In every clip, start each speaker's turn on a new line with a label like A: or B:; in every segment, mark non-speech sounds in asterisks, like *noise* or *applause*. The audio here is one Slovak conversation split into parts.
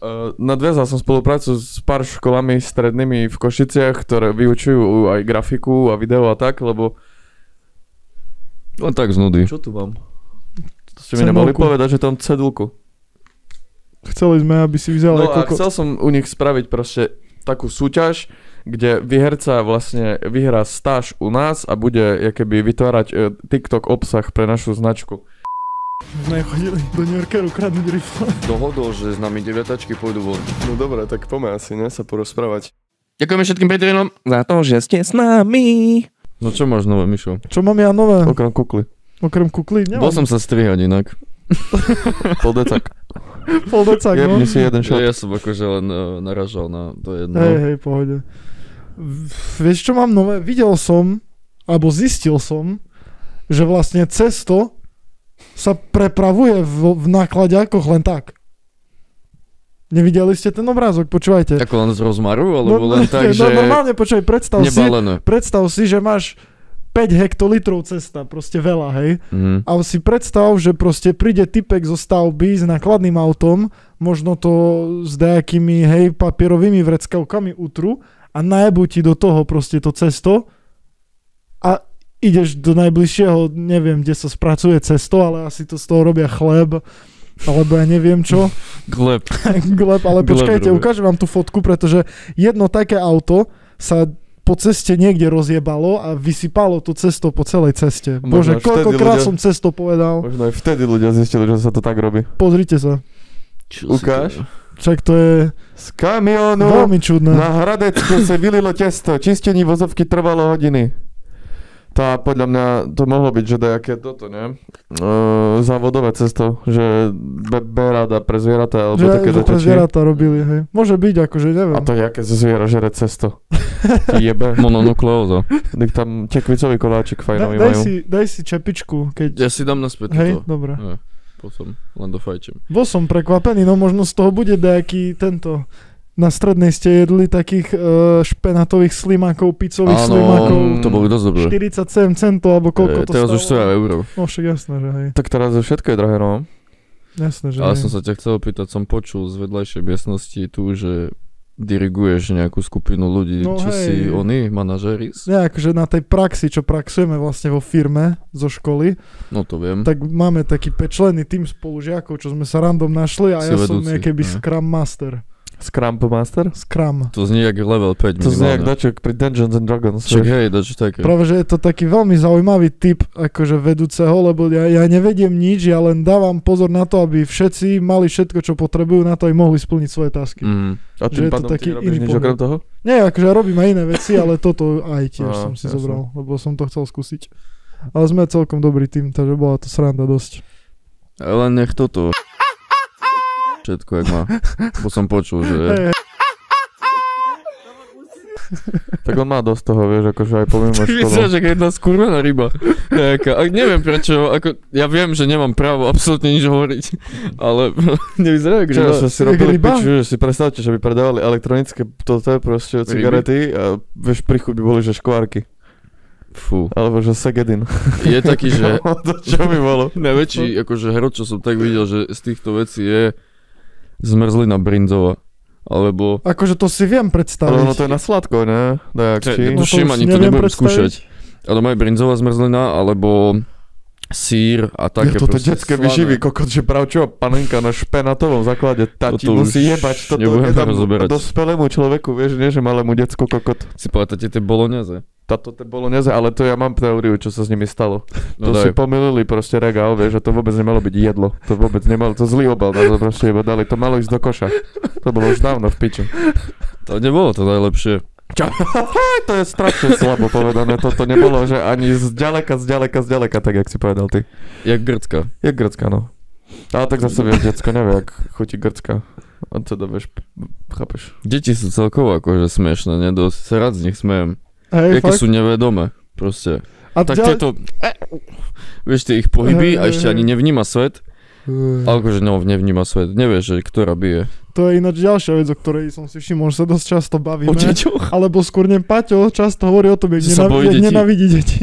A: Eh, Nadviazal som spoluprácu s pár školami strednými v Košiciach, ktoré vyučujú aj grafiku a video a tak, lebo...
B: Len tak z nudy.
A: Čo tu mám? To ste mi nemohli
C: Cedulku.
A: povedať, že tam cedulku.
C: Chceli sme, aby si vyzal
A: No
C: ako...
A: a chcel som u nich spraviť proste takú súťaž, kde vyherca vlastne vyhrá stáž u nás a bude keby vytvárať eh, TikTok obsah pre našu značku.
C: Sme chodili do New Yorkeru kradnúť rifle.
B: Dohodol, že s nami deviatačky pôjdu von.
A: No dobre, tak poďme asi, ne, sa porozprávať.
B: Ďakujeme všetkým Patreonom za to, že ste s nami. No čo máš nové, Mišo?
C: Čo mám ja nové?
A: Okrem kukly.
C: Okrem kukly? Nemám.
B: Bol som sa strihať
A: *laughs*
B: inak.
A: Pol decak.
C: Pol decák, no.
A: Jebni si jeden šot.
B: Ja, ja som akože len uh, naražal na to jedno.
C: Hej, hej, pohode. V- Vieš, čo mám nové? Videl som, alebo zistil som, že vlastne cesto sa prepravuje v, v náklaďákoch len tak. Nevideli ste ten obrázok, počúvajte.
B: Ako len z rozmaru, alebo len
C: no,
B: tak, že
C: normálne, počúvaj, predstav si,
B: nebalené.
C: predstav si, že máš 5 hektolitrov cesta, proste veľa, hej.
B: Mhm.
C: A si predstav, že proste príde typek zo stavby s nákladným autom, možno to s nejakými hej papierovými vreckavkami utru a najebu ti do toho proste to cesto a ideš do najbližšieho, neviem, kde sa spracuje cesto, ale asi to z toho robia chleb, alebo ja neviem čo.
B: Gleb.
C: *laughs* Gleb, ale
B: Gleb
C: počkajte,
B: robia.
C: ukážem vám tú fotku, pretože jedno také auto sa po ceste niekde rozjebalo a vysypalo to cesto po celej ceste.
A: Možno
C: Bože,
A: až vtedy
C: koľkokrát
A: ľudia-
C: som cesto povedal.
A: Možno aj vtedy ľudia zistili, že sa to tak robí.
C: Pozrite sa.
B: Čo si
A: Ukáž.
B: to-
C: Však to je
A: Z kamionu
C: veľmi čudné.
A: na Hradecku sa vylilo testo. Čistenie vozovky trvalo hodiny. Tá, podľa mňa, to mohlo byť, že dajaké toto, ne? E, závodové cesto, že be- berada pre zvieratá, No, alebo
C: že
A: také
C: že pre
A: zaťačí.
C: zvieratá robili, hej. Môže byť, akože neviem.
A: A to jaké zo zviera žere
C: *laughs*
A: cesto. Ti Jebe.
B: Mononukleóza.
A: Nik tam tekvicový koláčik
C: Da,
A: fajnový
C: daj,
A: majú.
C: si, daj si čepičku, keď...
B: Ja si dám naspäť
C: hej,
B: toto.
C: dobre.
B: Ja, potom len dofajčím.
C: Bol som prekvapený, no možno z toho bude nejaký tento... Na strednej ste jedli takých uh, špenatových slimákov, picových slimákov.
B: Mm. to bolo dosť dobré.
C: 47 centov, alebo koľko
B: Eh,
C: to
B: Teraz už
C: stalo.
B: 100 eur.
C: No však jasné, že hej.
A: Tak teraz je všetko je drahé, no.
C: Jasné, že
B: Ale
C: hej.
B: som sa ťa chcel opýtať, som počul z vedľajšej miestnosti tu, že diriguješ nejakú skupinu ľudí,
C: No
B: čo
C: hej.
B: si oni, manažeri?
C: Ja, akože na tej praxi, čo praxujeme vlastne vo firme zo školy,
B: No to viem.
C: tak máme taký pečlený tým spolužiakov, čo sme sa random našli a ja
B: Si
C: som
B: vedúci,
C: nejaký
B: ne?
C: Scrum Master.
A: Scrum Master?
C: Scrum.
B: To znie jak level 5
A: To znie jak
B: minimálne.
A: dačok pri Dungeons and Dragons.
B: Však
A: vieš.
B: hej, dačo také.
C: Práve, že je to taký veľmi zaujímavý typ akože vedúceho, lebo ja, ja nevediem nič, ja len dávam pozor na to, aby všetci mali všetko, čo potrebujú na to, aby mohli splniť svoje tasky.
B: Mm.
A: A
C: že
A: tým
C: je to
A: pádom
C: taký
A: ty robíš
C: iný
A: nič
C: pohľad.
A: okrem toho?
C: Nie, akože ja robím aj iné veci, ale toto aj tiež
A: Á,
C: som si
A: jasné.
C: zobral, lebo som to chcel skúsiť. Ale sme celkom dobrý tým, takže bola to sranda dosť.
B: Len nech toto. Všetko, jak má. Bo som počul, *laughs* že...
C: Hej,
A: Tak on má dosť toho, vieš, akože aj
C: *laughs*
A: pomimo školu.
B: Vyzeráš ako jedna skurvená ryba. Nejaká. A neviem prečo, ako, ja viem, že nemám právo absolútne nič hovoriť, ale *laughs* nevyzerá ako
A: Čo,
B: ryba.
A: sme si
C: Jak
A: robili
C: ryba?
A: piču, že si predstavte, že by predávali elektronické toto proste cigarety a vieš, prichu by boli, že škvárky.
B: Fú.
A: Alebo že segedin.
B: Je taký, že
A: *laughs* to čo by bolo?
B: najväčší akože hro, čo som tak videl, že z týchto vecí je zmrzlina brinzová. Alebo
C: Akože to si viem predstaviť.
A: Ale ono to je na sladko, ne? Dajak, či?
B: Čo, je to- tuším,
C: si
B: ani to
C: neviem
B: nebudem
C: predstaviť.
B: skúšať. ale má aj brinzová zmrzlina, alebo sír a
A: Také
B: také
A: toto
B: proste
A: detské
B: slané.
A: vyživí, kokot, že pravčová panenka na špenatovom základe tati
B: Toto
A: musí
B: No už
A: jebať, toto
B: nebudeme
A: nedám
B: rozoberať.
A: dospelému človeku, vieš, nie, že malému decku kokot.
B: Si pamätáte tie boloňaze?
A: Tato to bolo neze, ale to ja mám teóriu, čo sa s nimi stalo.
B: No
A: to si
B: daj.
A: pomýlili proste regál, vieš, že to vôbec nemalo byť jedlo. To vôbec nemalo, to zlý obal, na to proste iba dali, to malo ísť do koša. To bolo už dávno v piči.
B: To nebolo to najlepšie.
A: Aj *laughs* to je strašne slabo povedané, toto nebolo, že ani zďaleka, zďaleka, zďaleka, tak jak si povedal ty.
B: Jak grcka.
A: Je grcka, no. Ale tak zase vieš, decko nevie, ak chutí grcka. A teda vieš, chápeš.
B: Deti sú celkovo akože smiešne, nedosť sa rád z nich smejem.
C: Hej,
B: Jaké
C: fakt.
B: sú nevedomé, proste.
C: A
B: Tak
C: ďalej-
B: tieto, vieš, tie ich pohyby
C: Hej,
B: a ešte
C: hej,
B: ani
C: hej.
B: nevníma svet A akože no, nevníma svet. Nevie, že ktorá bije.
C: To je ináč ďalšia vec, o ktorej som si všimol, že sa dosť často bavíme.
B: O deťoch.
C: Alebo skôr nem Paťo často hovorí o tom, jak,
B: Že sa
C: nenav-
B: bojí
C: jak
B: detí.
C: nenavidí
A: *laughs*
C: deti.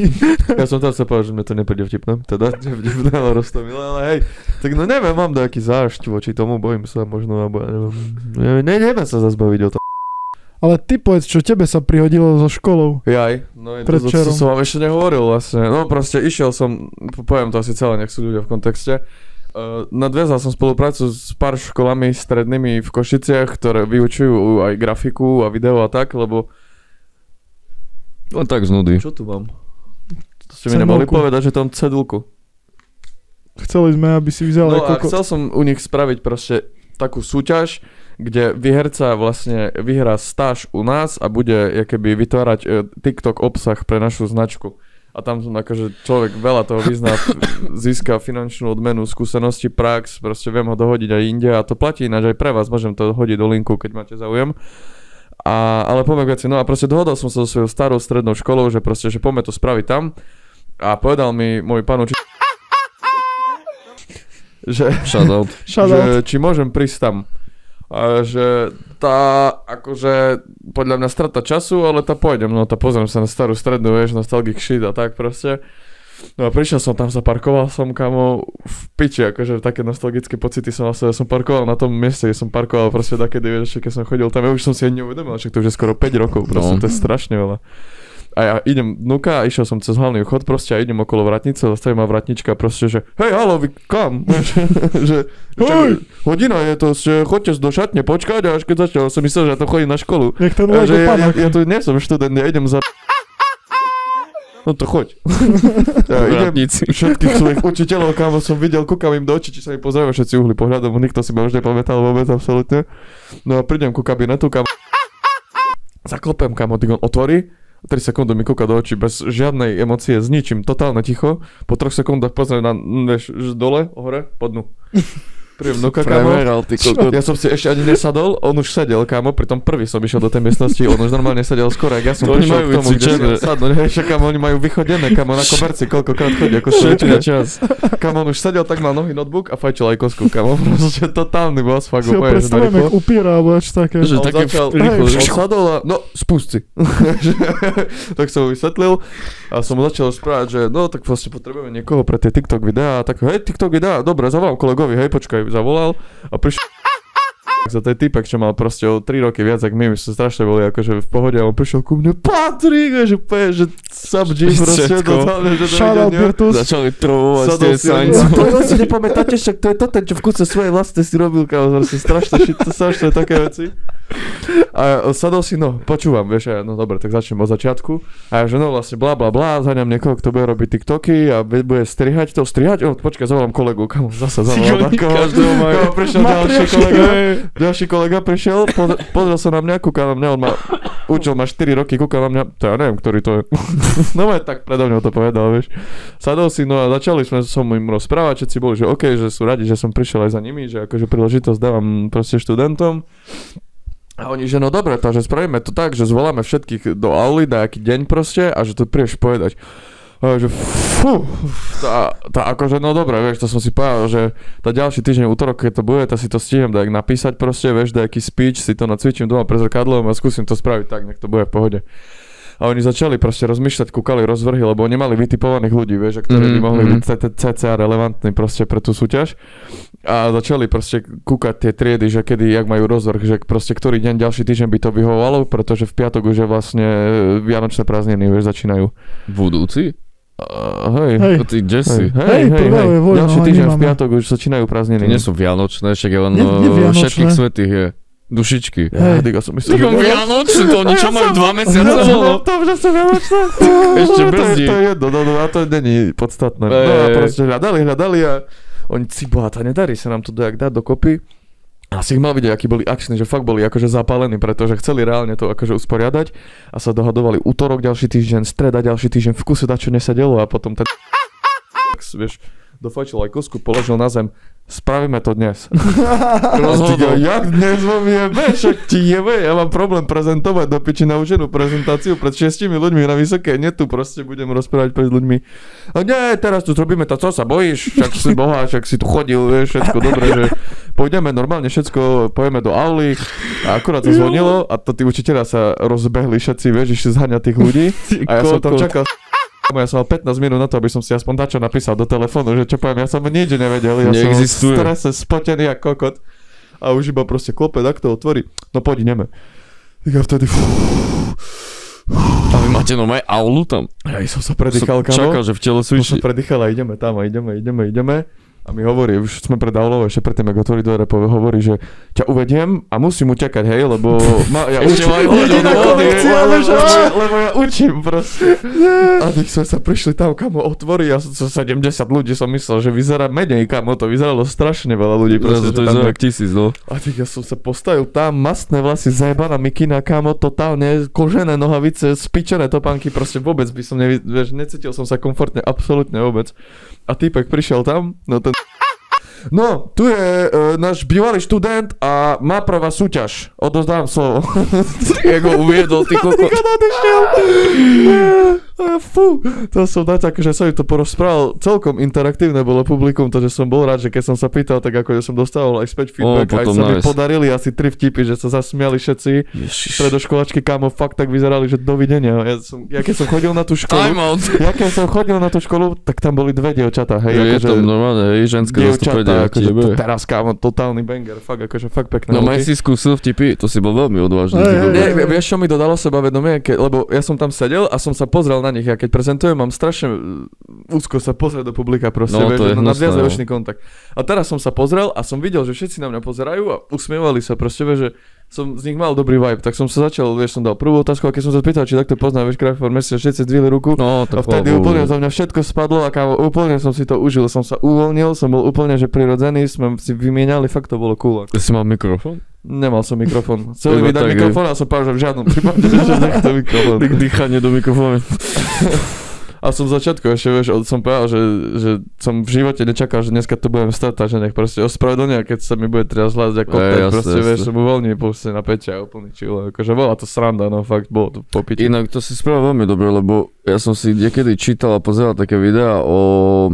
A: Ja som tam sa povedal, že mne to nepríde vtipné, teda, že vtipné, ale roztomil, ale hej, tak no neviem, mám nejaký zášť voči tomu, bojím sa možno, alebo ja neviem, neviem, ne, neviem sa zazbaviť o to.
C: Ale ty povedz, čo tebe sa prihodilo so školou.
A: Jaj, no je
C: Pred
A: to, to,
C: čerom.
A: som vám ešte nehovoril vlastne, no proste išiel som, po- poviem to asi celé, nech sú ľudia v kontexte, Uh, nadviazal som spoluprácu s pár školami strednými v Košiciach, ktoré vyučujú aj grafiku a video a tak, lebo
B: Len tak z nudy.
A: Čo tu mám? To ste mi nemali
C: Cedulku.
A: povedať, že tam cedulku.
C: Chceli sme, aby si
A: No
C: vyzal
A: a chcel som u nich spraviť proste takú súťaž, kde vyherca vlastne vyhrá stáž u nás a bude keby vytvárať e, TikTok obsah pre našu značku. A tam som akože človek veľa toho vyzná, f- získa finančnú odmenu, skúsenosti, prax, proste viem ho dohodiť aj inde a to platí ináč aj pre vás, môžem to hodiť do linku, keď máte záujem. A, ale poviem k veci, no a proste dohodol som sa so svojou starou strednou školou, že proste, že poďme to spraviť tam a povedal mi môj pán uči... *laughs* že
B: Shout
C: *laughs*
B: out.
A: že či môžem prísť tam. A že tá, akože, podľa mňa strata času, ale tá pôjdem, no tá pozriem sa na starú strednú, vieš, nostalgic shit a tak proste. No a prišiel som tam, zaparkoval som kamo v piči, akože také nostalgické pocity som vlastne, som parkoval na tom mieste, kde som parkoval proste takedy, vieš, ešte keď som chodil tam, ja už som si ani neuvedomil, však to už je skoro 5 rokov, proste
B: No.
A: to je strašne veľa. A ja idem dnuka a išiel som cez hlavný chod proste a idem okolo vratnice, zastaví ma vratnička proste, že hej, halo, vy kam? *laughs* že,
C: Hej!
A: hej! hodina je to, že chodte do šatne počkať a až keď začal som myslel, že ja tam chodím na školu.
C: Jak ten
A: A
C: Lego
A: že ja, ja,
C: panák.
A: ja, tu nie som študent, ja idem za... No to choď. ja idem
B: Vrátnici.
A: všetkých svojich učiteľov, kam som videl, kúkam im do očí, či sa mi pozerajú všetci uhli pohľadom, nikto si ma už nepamätal vôbec absolútne. No a prídem ku kabinetu, kam... Zaklopem, kam on otvorí, 3 sekundy mi kúka do očí bez žiadnej emócie, s ničím, totálne ticho. Po 3 sekundách pozrie na, vieš, že dole, hore, pod dnu. Príjem do kamo.
B: Premeral, ty kokot.
A: Ja som si ešte ani nesadol, on už sedel, kámo, pritom prvý som išiel do tej miestnosti, on už normálne sedel skoro, ak ja som
B: To oni
A: prišiel k
B: majú
A: tomu, kde
B: vycvičené.
A: si sadnúť, hej, však kámo, oni majú vychodené, kámo, na koberci, koľkokrát chodí, ako
B: Všetko
A: šlička.
B: čas.
A: Kámo, on už sedel, tak mal nohy notebook a fajčil aj kosku, kámo, *laughs* proste totálny boss, fuck,
C: Si
A: úplne,
C: ho
A: že
C: predstavujem,
A: narýchlo.
C: jak upiera, alebo až také.
B: Že
A: On
B: také
A: začal,
B: v- rýchlo.
A: on sadol a, no, spust si. *laughs* tak som mu vysvetlil a som mu začal správať, že no, tak vlastne potrebujeme niekoho pre tie TikTok videá a tak, hej, TikTok videá, dobre, zavolám kolegovi, hej, počkaj, zavolal a prišiel za ten typek, čo mal proste o 3 roky viac, ako my, my sme strašne boli akože v pohode a on prišiel ku mne, Patrik, a že úplne, že sub G proste,
B: Všetko.
A: totálne, že
C: Shout out,
A: dovidenia.
C: Bertus.
B: Začali trovovať
A: Sadol
B: tie
A: si na
B: sajnce.
A: ňu. To je si nepamätáte, však to je to ten, čo v kuse svoje vlastné si robil, kámo, zase strašné shit, to strašné také veci. A sadol si, no, počúvam, vieš, a ja, no dobre, tak začnem od začiatku. A ja, že no vlastne bla bla bla, zaňam niekoho, kto bude robiť TikToky a be- bude strihať to, strihať, o, počkaj, zavolám kolegu, kamo, zasa zavolám.
B: oni
A: kamo.
B: každého majú.
A: Kamo, prišiel ďalší
C: Matriarchy.
A: kolega, ďalší kolega prišiel, pozr- pozrel sa na mňa, kúka na mňa, on ma učil ma 4 roky, kúka na mňa, to ja neviem, ktorý to je. *laughs* no aj tak predo mňou to povedal, vieš. Sadol si, no a začali sme som im rozprávať, všetci boli, že OK, že sú radi, že som prišiel aj za nimi, že akože príležitosť dávam proste študentom. A oni, že no dobre, takže spravíme to tak, že zvoláme všetkých do auly na aký deň proste a že to prídeš povedať. A ja, že fú, tá, tá akože no dobre, vieš, to som si povedal, že tá ďalší týždeň útorok, keď to bude, tak si to stihnem dajak napísať proste, vieš, dajaký speech, si to nacvičím doma pre zrkadlom a skúsim to spraviť tak, nech to bude v pohode. A oni začali proste rozmýšľať, kúkali rozvrhy, lebo nemali vytipovaných ľudí, vieš, a ktorí by
B: Mhm,
A: mohli
B: mhm.
A: byť CT CCA relevantní proste pre tú súťaž. A začali proste kúkať tie triedy, že kedy, jak majú rozvrh, že proste ktorý deň ďalší týždeň by to vyhovovalo, pretože v piatok už je vlastne e, vianočné prázdniny, vieš, začínajú.
B: Budúci?
A: Uh, hej.
C: Hej.
B: To ty Jesse.
C: Hej, prvého je voľno,
A: Ďalší
C: ale
A: týždeň v
C: nemáme.
A: piatok už začínajú
B: To
A: prázdniny.
B: nie sú vianočné, však je len
C: Nie- nie
B: eh,
C: vianočné.
B: všetkých svetých je. Dušičky.
A: Ja, diga, som myslel,
B: Tykom
A: že...
B: vianočné, to oni čo majú dva mesiace?
A: Ja som
B: voľno?
A: bol v tom, že sú vianočné.
B: Ešte
A: To je-
B: brzdí.
A: To je jedno, no, no, a to není podstatné. No
B: Ej.
A: a proste hľadali, hľadali a oni cibola, tá nedarí sa nám to dojak dať dokopy. A si ich mal vidieť, akí boli akční, že fakt boli akože zapálení, pretože chceli reálne to akože usporiadať a sa dohadovali útorok ďalší týždeň, streda ďalší týždeň, v kuse dačo nesadelo a potom ten vieš, dofajčil aj kosku, položil na zem. Spravíme to dnes. Ty,
B: Rozhodol.
A: jak dnes vám jebe, však ti jebe, ja mám problém prezentovať do piči naučenú prezentáciu pred šiestimi ľuďmi na vysoké, nie tu proste budem rozprávať pred ľuďmi. A nie, teraz tu robíme to, co sa bojíš, však si boha, však si tu chodil, vieš, všetko dobre, že pôjdeme normálne všetko, pojeme do auly a akurát to zvonilo a to tí učiteľia sa rozbehli všetci, vieš, išli zháňať tých ľudí a ja som tam
B: kokot.
A: čakal ja som mal 15 minút na to, aby som si aspoň dačo napísal do telefónu, že čo poviem, ja som nič nevedel, ja som
B: Neexistuje.
A: v strese spotený ako kokot a už iba proste klope, tak to otvorí, no poď ideme. Tak ja vtedy, fú,
B: A vy máte no aj aulu tam.
A: ja som sa predýchal,
B: Som čakal,
A: kamo,
B: že v tele
A: som sa
B: cvičí.
A: predýchal a ideme tam a ideme, ideme, ideme. A mi hovorí, už sme pred Aulou, ešte predtým, ako otvorí dvere, povie, hovorí, že ťa uvediem a musím utekať, hej, lebo ma, ja učím,
B: Ešte majú hodinu,
A: lebo-
B: hodinu.
A: lebo, lebo, lebo ja učím proste. A tak sme sa prišli tam, kamo, otvorí, ja som 70 ľudí, som myslel, že vyzerá menej, kamo, to vyzeralo strašne veľa ľudí.
B: Zrazu
A: Proste, že
B: to je
A: tam
B: zrak
A: tak-
B: tisíc, no.
A: a tak ja som sa postavil tam, mastné vlasy, zajebaná mikina, kámo, totálne, kožené nohavice, spičené topánky, proste vôbec by som nevy... vieš, necítil som sa komfortne, absolútne vôbec. A týpek prišiel tam, no ten... No, tu je e, náš bývalý študent a má pre vás súťaž. Odozdávam slovo.
B: Jak ho uviedol, ty kokot.
A: Nikto odišiel. *laughs* A Ah, Fú, to som na tak, že som im to porozprával. Celkom interaktívne bolo publikum, takže som bol rád, že keď som sa pýtal, tak ako som dostával aj späť feedback, aj
B: potom
A: sa mi
B: nice.
A: podarili asi tri vtipy, že sa zasmiali všetci.
B: *laughs* Ježiš.
A: Stredoškolačky, kámo, fakt tak vyzerali, že dovidenia. Ja, som, ja keď som chodil na tú školu,
B: Time out.
A: ja keď som chodil na tú školu, tak tam boli dve dievčatá, hej,
B: Je
A: akože
B: tam normálne, hej, ženské
A: dievčatá,
B: zastúpenie.
A: akože
B: Akože
A: to teraz, kámo, totálny banger, fakt, akože fakt pekné.
B: No
A: roky.
B: maj si skúsil vtipy, to si bol veľmi odvážny.
C: Hej,
B: ty
C: hej,
B: kokot.
A: Nie, vie- vieš, čo mi dodalo sebavedomie? Ke, lebo ja som tam sedel a som sa pozrel na nich. Ja keď prezentujem, mám strašne uh, úzko sa pozrieť do publika proste,
B: No,
A: vieš,
B: to
A: že
B: je
A: na
B: hnusné, no.
A: viazeročný kontakt. A teraz som sa pozrel a som videl, že všetci na mňa pozerajú a usmievali sa proste, vieš, že som z nich mal dobrý vibe, tak som sa začal, vieš, som dal prvú otázku a keď som sa spýtal, či takto pozná, vieš, Craftford Messi, všetci zdvihli ruku.
B: No,
A: A
B: tak
A: vtedy
B: chvála Bohu.
A: úplne za mňa všetko spadlo a kámo, úplne som si to užil, som sa uvoľnil, som bol úplne, že prirodzený, sme si vymieniali, fakt to bolo cool.
B: Ty si mal mikrofón?
A: Nemal som
B: *laughs*
A: mikrofón. Chceli
B: Iba
A: mi dať
B: tak,
A: mikrofón a som povedal, že v žiadnom prípade, *laughs* že nechcem mikrofón.
B: Dýchanie do mikrofónu.
A: A som v začiatku ešte, vieš, od- som povedal, že, že som v živote nečakal, že dneska tu budem stať, takže nech proste ospravedlňa, keď sa mi bude teraz hlas ako
B: Ej,
A: e,
B: jasné,
A: proste,
B: jasné.
A: vieš, som uvoľnil, proste na peťa a úplný chill. Akože bola to sranda, no fakt, bolo to popiť.
B: Inak to si spravil veľmi dobre, lebo ja som si niekedy čítal a pozeral také videá o,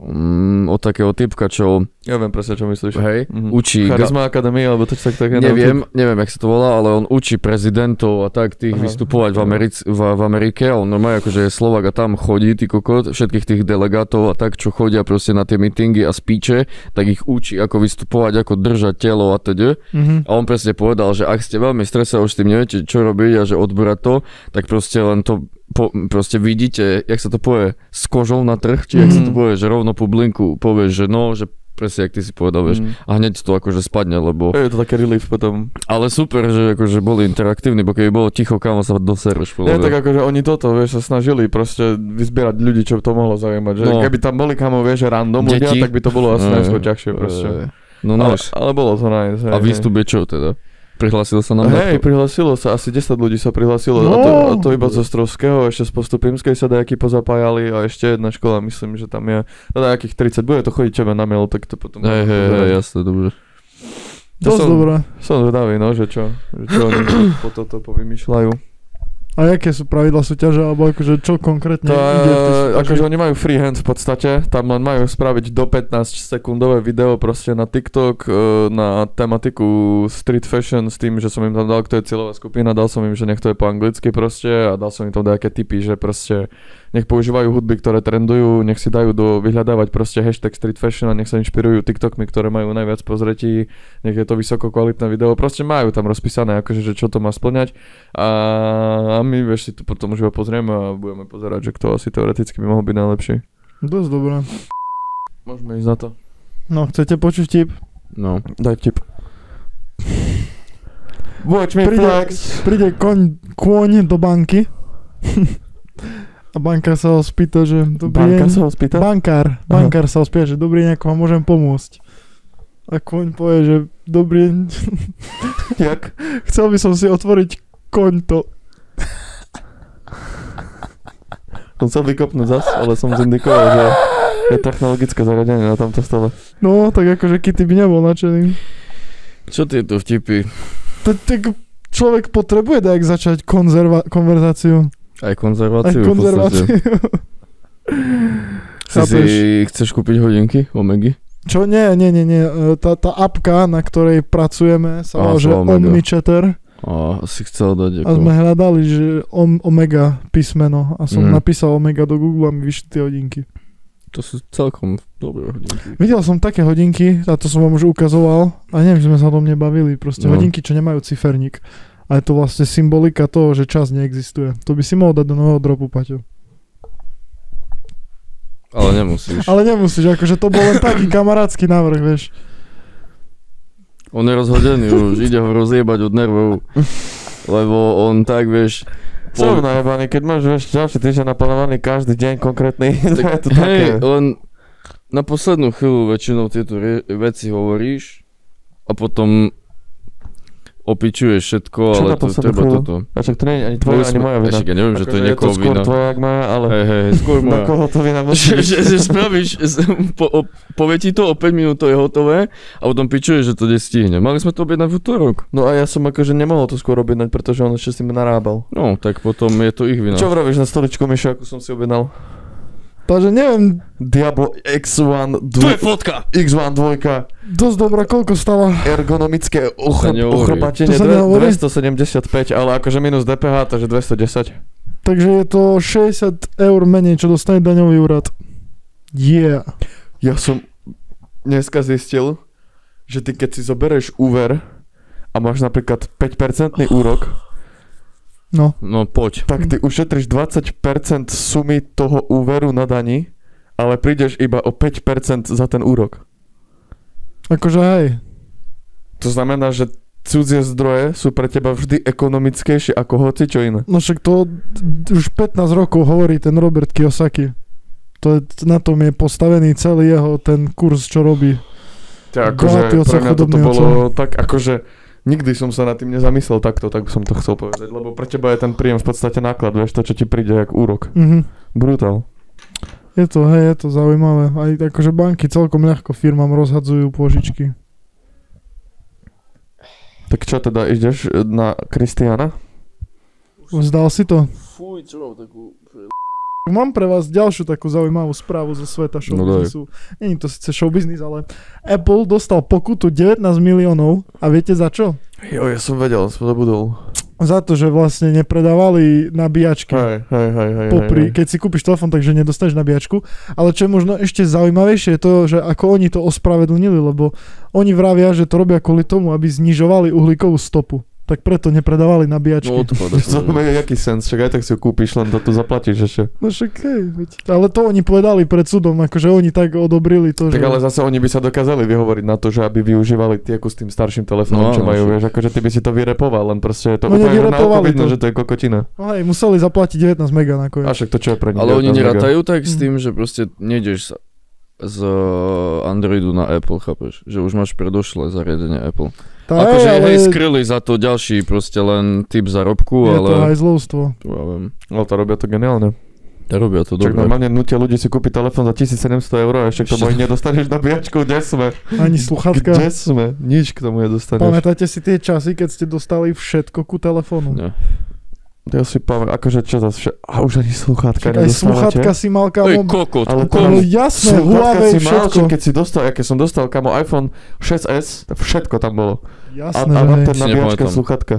B: mm, o takého typka, čo
A: Ja viem presne, čo myslíš.
B: hej,
A: Mhm.
B: učí... ga-
A: Charisma akadémie, alebo to tak také.
B: Neviem, neviem, jak sa to volá, ale on učí prezidentov a tak tých
A: Aha.
B: vystupovať v, Americ- v, v Amerike. A on normálne akože je Slovak a tam chodí, ty kokot, všetkých tých delegátov a tak, čo chodia proste na tie mítingy a spíče, tak ich učí, ako vystupovať, ako držať telo a teda.
C: Mhm.
B: A on presne povedal, že ak ste veľmi stresa, už s tým neviete, čo robiť a že odbrať to, tak proste len to po, proste vidíte, jak sa to povie, s kožou na trh, či jak sa to
A: Mhm.
B: povie, že rovno publinku povieš, že no, že presne, jak ty si povedal,
A: Mhm.
B: vieš. A hneď to akože spadne, lebo...
A: Je to také relief potom.
B: Ale super, že akože boli interaktívni, bo keby bolo ticho, kámo sa dosereš.
A: Nie, tak akože oni toto, vieš, sa snažili proste vyzbierať ľudí, čo to mohlo zaujímať. Že
B: No.
A: Keby tam boli kamo, vieš, že random ľudia,
B: Deti.
A: tak by to bolo asi
B: Aj,
A: najskôr ťažšie proste.
B: No
A: Ale,
B: náš.
A: ale bolo to nice. hej,
B: A
A: hej.
B: výstup je čo teda? Prihlásil sa nám na
A: Hej,
B: no to?
A: prihlasilo sa, asi 10 ľudí sa prihlasilo, a, to,
C: No.
A: a to iba z Ostrovského, ešte z Postupimskej sa dajakí pozapájali a ešte jedna škola, myslím, že tam je no, dajakých 30, bude to chodiť tebe na mail, tak to potom...
B: Hej, hej, hej, jasne, dobre.
A: To
C: Dosť
A: som-
C: dobré.
A: Som zvedavý, no, že čo, že čo oni po toto povymýšľajú.
C: A aké sú pravidla súťaže, alebo akože čo konkrétne
A: To,
C: ide v tej súťaži?
A: akože oni majú free hand v podstate, tam len majú spraviť do 15 sekundové video proste na TikTok e, na tematiku street fashion s tým, že som im tam dal, kto je cieľová skupina, dal som im, že nech to je po anglicky proste a dal som im tam nejaké tipy, že proste nech používajú hudby, ktoré trendujú, nech si dajú do vyhľadávať proste hashtag street fashion a nech sa inšpirujú TikTokmi, ktoré majú najviac pozretí, nech je to vysoko kvalitné video, proste majú tam rozpísané akože, že čo to má splňať a, a my vieš si to potom už iba pozrieme a budeme pozerať, že kto asi teoreticky by mohol byť najlepší.
C: Dosť dobré.
A: Môžeme ísť na to.
C: No, chcete počuť tip?
B: No.
A: Daj tip. Watch me
C: Príde-
A: flex.
C: Príde koň, kôň do banky
A: *laughs*
C: a banka sa ho spýta, že dobrý
A: Banka
C: deň.
A: sa ho spýta.
C: Bankár, bankár sa ho spýta, že dobrý deň, ako vám môžem pomôcť. A koň povie, že dobrý deň,
A: *laughs* Jak?
C: *laughs* chcel by som si otvoriť konto.
A: Som sa vykopnúť zas, ale som zindikoval, že je technologické zariadenie na tomto stole.
C: No, tak akože Kitty by nebol nadšený.
B: Čo tieto vtipy?
C: To, tak človek potrebuje dajak začať konzerva- konverzáciu. Aj
B: Aj konzerváciu,
C: konzerváciu.
B: v podstate. Si, si
C: Chápeš?
B: chceš kúpiť hodinky Omegy?
C: Čo? Nie, nie, nie, nie. E, Tá, tá apka, na ktorej pracujeme, sa
B: Á,
C: volá, že
B: sa volá Omega.
C: Omnichatter.
B: A si chcel dať
C: A
B: ako...
C: sme hľadali, že om, Omega písmeno. A som
B: Mm.
C: napísal Omega do Google a mi vyšli tie hodinky.
B: To sú celkom dobré hodinky.
C: Videl som také hodinky, a to som vám už ukazoval, a neviem, či sme sa o tom nebavili, proste
B: No.
C: hodinky, čo nemajú ciferník. A je to vlastne symbolika toho, že čas neexistuje. To by si mohol dať do nového dropu, Paťo.
B: Ale nemusíš.
C: Ale nemusíš, akože to bol len taký
B: *coughs*
C: kamarátsky návrh, vieš.
B: On je rozhodený už, ide ho rozjebať od
C: *laughs*
B: nervov. Lebo on tak, vieš...
A: Som najebaný, keď máš vieš, ďalší týždeň naplánovaný každý deň konkrétny. *laughs* to je to také.
B: hej, len na poslednú chvíľu väčšinou tieto re- veci hovoríš a potom opičuješ všetko,
A: Čo
B: ale
A: na
B: to
A: poslednú
B: treba
A: chvíľu?
B: toto.
A: A však to nie je ani tvoja, ani
B: sme-
A: moja vina.
B: Však ja neviem, že to je
A: Akože
B: niekoho
A: to skôr
B: vina.
A: tvoja, ak moja, ale
B: Hej, hej, skôr
A: na
B: *laughs* moja.
A: koho to vina *laughs* musí
B: že,
A: byť?
B: že, že *laughs* spravíš, z- po, o, povie ti to o 5 minút, to je hotové a potom pičuješ, že to nestihne. Mali sme to objednať v útorok.
A: No a ja som akože nemohol to skôr objednať, pretože on ešte s tým narábal.
B: No, tak potom je to ich vina.
A: Čo vravíš na stoličku, Mišo, ako som si objednal?
C: Takže neviem,
A: Diablo X1
B: To
A: dvo-
B: je fotka!
A: X1 2,
C: dosť dobrá, koľko stala.
A: ergonomické ochr-
B: To sa nehovorí.
A: ochrbatenie
C: To sa
A: dve-
C: nehovorí.
A: 275, ale akože minus DPH, takže 210.
C: Takže je to 60 eur menej, čo dostane daňový úrad. Yeah.
A: Ja som dneska zistil, že ty keď si zobereš úver a máš napríklad 5% úrok,
C: No,
B: No poď.
A: tak ty ušetríš 20% sumy toho úveru na dani, ale prídeš iba o 5% za ten úrok.
C: akože hej.
A: To znamená, že cudzie zdroje sú pre teba vždy ekonomickejšie ako hoci čo iné.
C: No však to d- už 15 rokov hovorí ten Robert Kiyosaki. To je, na tom je postavený celý jeho ten kurz, čo robí.
A: Ťa, akože,
C: Bohatý od
A: pre mňa toto
C: sachodobného
A: bolo tak, akože nikdy som sa nad tým nezamyslel takto, tak som to chcel povedať, lebo pre teba je ten príjem v podstate náklad, vieš, to, čo ti príde jak úrok.
C: Mhm.
A: Brutál.
C: Je to, hej, je to zaujímavé. Aj akože banky celkom ľahko firmám rozhadzujú pôžičky.
A: Tak čo teda, ideš e, na Kristiana?
C: Vzdal si to?
B: Fuj, čo mám takú...
C: Mám pre vás ďalšiu takú zaujímavú správu zo sveta
A: No
C: showbiznisu. Není to síce showbiznis, ale Apple dostal pokutu 19 miliónov a viete za čo?
A: Jo, ja som vedel, som zabudol.
C: Za to, že vlastne nepredávali nabíjačky.
A: Hej, hej, hej, hej.
C: popri,
A: hej, hej.
C: keď si kúpiš telefón, takže nedostaneš nabíjačku. Ale čo je možno ešte zaujímavejšie je to, že ako oni to ospravedlnili, lebo oni vravia, že to robia kvôli tomu, aby znižovali uhlíkovú stopu. Tak preto nepredávali
B: No
C: nabíjačky.
A: *laughs*
B: odpad.
A: To je jaký sens, však aj tak si ju kúpiš, len to tu zaplatíš ešte.
C: No však hej, veď. Ale to oni povedali pred súdom, akože oni tak odobrili to, že...
A: Tak ale zase oni by sa dokázali vyhovoriť na to, že aby využívali tie ako s tým starším telefónom,
B: No,
A: čo
B: áno,
A: majú,
B: však.
A: vieš, akože ty by si to vyrepoval, len proste je to úplne
C: No,
A: že na oko
C: nevyrepovali
A: vidno,
C: to.
A: že to je kokotina.
C: No hej, museli zaplatiť 19 mega
A: A
C: nakoniec.
A: však to čo je pre nich?
B: Ale oni
A: 19 mega?
B: neratajú tak s
C: Mm.
B: tým, že proste nejdeš sa z eh, Androidu na Apple, chápeš? Že už máš predošlé zariadenie Apple.
C: Tá,
B: Akože
C: hej, ale
B: hej, skryli za to ďalší proste len typ zarobku,
C: je to
B: ale...
C: aj zlovstvo.
B: Ja viem.
A: Ale to robia to geniálne.
B: Ja robia to
A: Dobre. Čak
B: dobre.
A: normálne nutia ľudí si kúpiť telefón za 1700 eur a ešte k tomu ani nedostaneš nabíjačku, kde sme?
C: Ani sluchatka.
A: Kde sme? Nič k tomu nedostaneš.
C: Pamätáte si tie časy, keď ste dostali všetko ku telefónu?
B: Ne.
A: Ja si pamätám, akože čo zase, vše- a už ani sluchátka
C: Však aj
A: nedostávate.
C: sluchatka si mal
B: Ej,
C: kamo,
B: kokot.
A: Ale
C: To
A: to
C: bolo
A: nám
C: jasné,
A: Sluchátka
C: Huawei,
A: si mal,
C: všetko.
A: čo keď si dostal, aké som dostal, kamo iPhone 6s, tak všetko tam bolo. A, a
C: Jasné, že
A: tam
C: hej.
A: ten
B: Si
A: nabíjačka,
B: nepamätám.
A: sluchatka.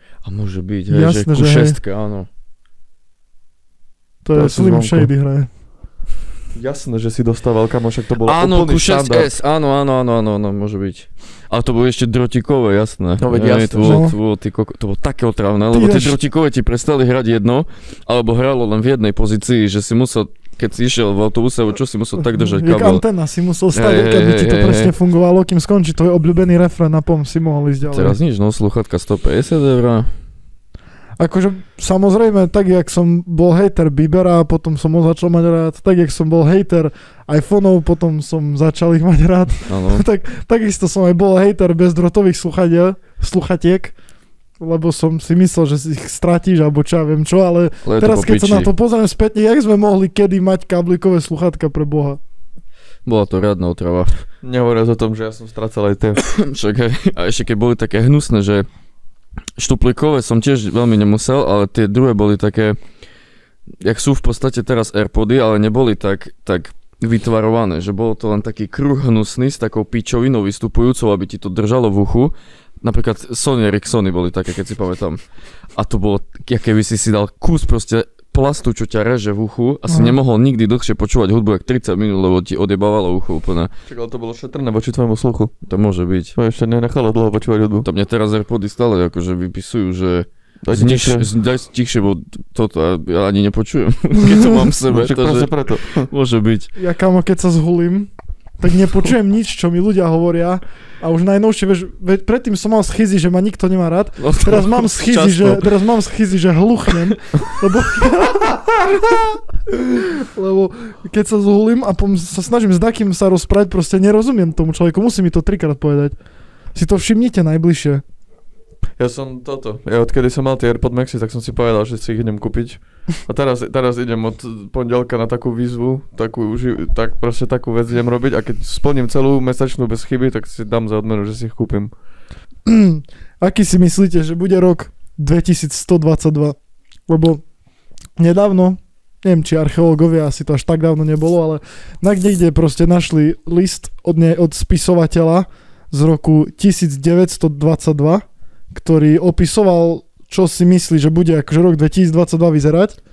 B: A môže byť, hej, Jasne,
C: Jasné,
B: že
C: že
B: ku
C: hej.
B: šestke, áno.
C: To je
A: Teraz sú
C: Slim
A: zvonku.
C: Shady hraje.
A: Jasné, že si dostával, kamo, však to bolo
B: Áno,
A: úplný
B: ku
A: štandard.
B: 6S, áno, áno, áno, áno, áno, môže byť. Ale to bolo ešte drotikové, jasné.
A: No veď
B: Hej,
A: jasné,
B: to, bolo,
C: že?
B: to, bolo, ty koko- to bolo také otravné, lebo tie
C: dáš-
B: drotikové ti prestali hrať jedno, alebo hralo len v jednej pozícii, že si musel, keď si išiel v autobuse, alebo čo si musel tak držať
C: Jak
B: kabel.
C: antena si musel stať,
B: Hej,
C: hey, aby
B: hej,
C: ti to
B: hej,
C: presne
B: hej.
C: fungovalo, kým skončí tvoj obľúbený refrén na pom, si mohol ísť ďalej.
B: Teraz nič, no sluchatka 150 eur.
C: Akože samozrejme, tak jak som bol hater Bibera, potom som ho začal mať rád, tak jak som bol hater iPhoneov, potom som začal ich mať rád, *laughs*
B: Áno.
C: tak, takisto som aj bol hater bezdrotových sluchadiel, sluchatiek. lebo som si myslel, že si ich stratíš, alebo čo ja viem čo, ale
B: Ale je to
C: teraz
B: po
C: keď sa
B: piči.
C: na to pozriem spätne, jak sme mohli kedy mať kablikové sluchátka pre Boha?
B: Bola to riadna otrava.
A: Nehovoriac o tom, že ja som stracal aj tie.
B: Však hej, a ešte keď boli také hnusné, že štuplikové som tiež veľmi nemusel, ale tie druhé boli také, jak sú v podstate teraz Airpody, ale neboli tak, tak vytvarované, že bolo to len taký kruh hnusný s takou pičovinou vystupujúcou, aby ti to držalo v uchu. Napríklad Sony Ericsony boli také, keď si pamätám. A to bolo, jak keby si si dal kus proste plastu, čo ťa reže v uchu a si
C: Mhm.
B: nemohol nikdy dlhšie počúvať hudbu, jak 30 minút, lebo ti odjebávalo ucho úplne.
A: Čak, ale to bolo šetrné voči tvojmu sluchu.
B: To môže byť.
A: To ešte nenechalo dlho počúvať hudbu.
B: To mne teraz AirPody stále akože vypisujú, že
A: Daj ti
B: zniž,
A: tichšie.
B: z- daj si tichšie, bo toto ja- ja ani *laughs* nepočujem, keď to mám v sebe,
A: No, Však
B: takže
A: práve preto.
B: môže byť.
C: Ja kamo, keď sa zhulím, tak nepočujem nič, čo mi ľudia hovoria. A už najnovšie, vieš, ve- predtým som mal schizy, že ma nikto nemá rád.
B: No to-
C: Teraz mám schizy,
B: často.
C: že, teraz mám schizy, že hluchnem, lebo, lebo keď sa zhulím a pom, sa snažím s takým sa rozprávať, proste nerozumiem tomu človeku, musí mi to trikrát povedať. Si to všimnite najbližšie.
A: Ja som toto, ja odkedy som mal tie AirPod Maxy, tak som si povedal, že si ich idem kúpiť. A teraz, teraz idem od pondelka na takú výzvu, takú, uži- tak proste takú vec idem robiť a keď splním celú mesačnú bez chyby, tak si dám za odmenu, že si ich kúpim.
C: Aký si myslíte, že bude rok 2122? Lebo nedávno, neviem, či archeológovia asi to až tak dávno nebolo, ale na niekde proste našli list od, ne, od spisovateľa z roku 1922, ktorý opisoval, čo si myslí, že bude akože rok 2022 vyzerať.